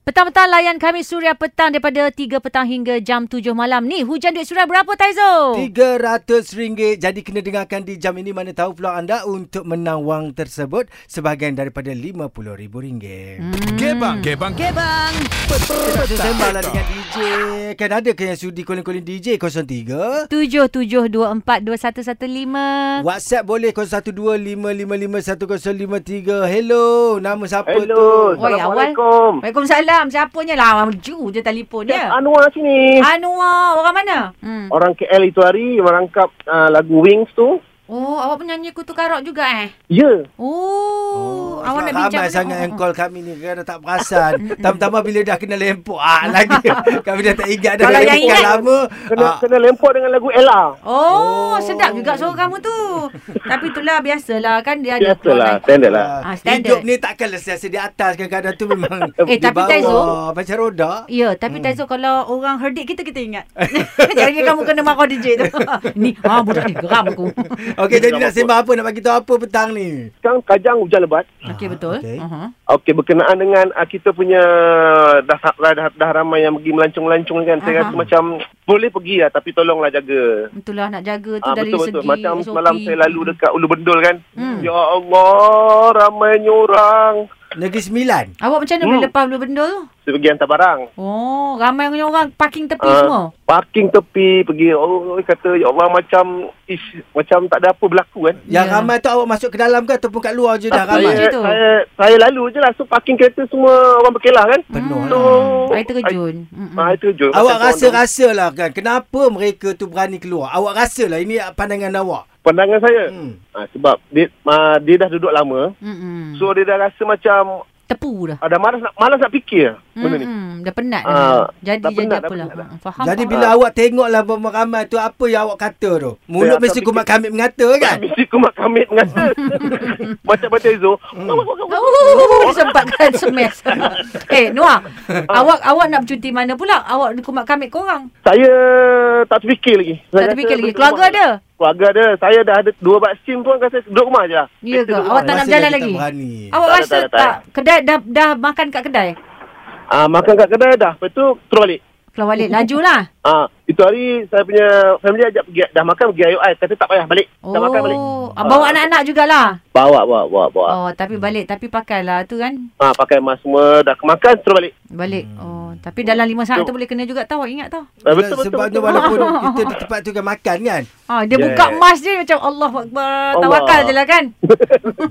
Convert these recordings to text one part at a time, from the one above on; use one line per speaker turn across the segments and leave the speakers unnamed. petang-petang layan kami Suria Petang daripada 3 petang hingga jam 7 malam ni. Hujan duit suria berapa Taizo?
RM300 jadi kena dengarkan di jam ini mana tahu peluang anda untuk menang wang tersebut sebahagian daripada RM50,000. Hmm.
Gebang, gebang,
Okay bang.
Sembang lah dengan DJ. Kan ada ke yang sudi calling-calling DJ 03?
77242115.
WhatsApp boleh 0125551053. Hello, nama siapa
Hello,
tu?
Wah,
Assalamualaikum.
Waalaikumsalam. Siapanya lah? Ju je telefon
Ya,
Chef
dia.
Anwar sini.
Ah. Anwar, orang mana? Hmm.
Orang KL itu hari merangkap uh, lagu Wings tu.
Oh, awak penyanyi kutu karok juga eh?
Ya, yeah.
Oh, awak nak bincang.
ramai
dengan-
sangat yang
Oh, oh.
call kami ni kerana tak perasan. Tambah-tambah bila dah kena lempok ah lagi. kami dah tak ingat dah
Kalau yang
lempok
ingat-
lama.
kena,
Ah,
kena lempar dengan lagu Ella.
Oh,
Oh.
sedap juga suara kamu tu. Tapi itulah biasalah kan dia ada
Biasalah,
keluar
standard lah.
Ah,
Ah,
standard.
hidup ni takkan sentiasa di atas kadang-kadang tu memang
Eh,
di
tapi
bawah
Taizo.
macam roda.
naik. Ya, tapi hmm. Taizo kalau orang herdik kita kita ingat. Jangan ingat kamu kena marah DJ tu. ni, ah budak ni geram aku.
Okey jadi nak sembang apa nak bagi tahu apa petang ni?
Sekarang kajang hujan lebat.
Okey betul.
Ah, okey.
Uh-huh.
Okey, berkenaan dengan uh, kita punya dah, dah, dah, dah ramai yang pergi melancung-lancung kan. Saya
Aha.
rasa macam boleh pergi lah tapi tolonglah jaga.
Itulah nak jaga tu
Ah
dari
betul betul
segi
macam
SOP.
semalam saya lalu dekat Ulu Bendul kan.
Hmm.
Ya Allah, ramainya orang.
Negeri Sembilan.
Awak macam mana
Hmm.
boleh lepas bulu bendul tu?
Saya pergi hantar barang.
Oh, ramai punya orang parking tepi
Ah,
semua.
parking tepi pergi oh oh, kata ya Allah macam ish macam tak ada apa berlaku kan.
Yang
Ya.
ramai tu awak masuk ke dalam ke ataupun kat luar je dah
Tak,
ramai?
Macam
saya,
tu.
saya, saya lalu je lah So parking kereta semua orang berkelah kan
Penuh
So
lah.
Saya terkejun. Hmm. Mm-mm.
Saya terkejut
Awak
Macam orang-
rasa-rasalah kan kenapa mereka tu berani keluar? Awak rasalah ini pandangan awak.
Pandangan saya
Hmm.
ha, Sebab dia, ha, dia dah duduk lama
Mm-mm.
So dia dah rasa macam
Tepu dah.
ada malas nak malas nak fikir benda ni.
Mm-mm. Dah penat dah.
Ah,
jadi
dah
jadi
penat, dah
apalah.
penat dah.
Ha, Faham.
Jadi
faham.
bila awak tengoklah ramai tu apa yang awak kata tu?
Ah. Saya
Mulut
akan
mesti kumat
fikir-
kamit mengata kan?
Mesti kumat kamit mengata. Macam Batai Zul.
Hmm.
Oh, sempatkan semes. eh, Noah,
Ah.
awak awak nak bercuti mana pula? Awak di kumat kamit korang.
Saya tak terfikir lagi. Saya
Tak terfikir
rasa
lagi.
duduk
Keluarga
rumah.
ada?
Keluarga ada. Saya dah ada dua vaksin pun rasa duduk rumah je lah.
Ya ke?
Kereta
Awak
duduk
tak
rumah.
nak
Masih
berjalan
lagi tak
lagi? Ah.
berani.
Awak
Hmm. Tak ada,
rasa
tak ada, tak
tak? Kedai dah dah makan kat kedai?
Ah, makan kat kedai dah. Lepas tu terus balik.
Keluar balik lah. lajulah.
Ah, itu hari saya punya family ajak pergi dah makan pergi IOI kata tak payah balik.
Oh,
Tak makan balik.
ah, bawa anak-anak jugalah.
Bawa bawa bawa bawa. Hmm.
Oh, tapi balik tapi pakailah tu kan.
Ah, pakai mask semua dah kemakan terus balik.
Balik.
Hmm.
Oh, tapi dalam lima saat tu boleh kena juga tau. Awak Ingat tau.
Ah, betul betul.
Sebab tu
betul.
walaupun kita di tempat tu kan makan kan?
Ha, dia
Yeah.
buka emas dia macam Allah Akbar.
Allah.
Tawakal je lah kan.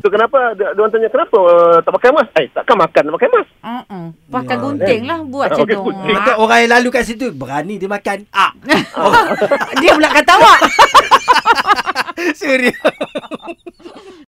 tu kenapa dia, dia orang tanya kenapa uh, tak pakai mask? Eh, takkan makan tak pakai mask.
Uh-uh. Pakai
Yeah.
gunting lah buat
Ah,
macam
okey,
tu.
gunting.
Kata orang yang lalu kat situ berani dia makan. Ah.
Dia pula kata awak.
Serius.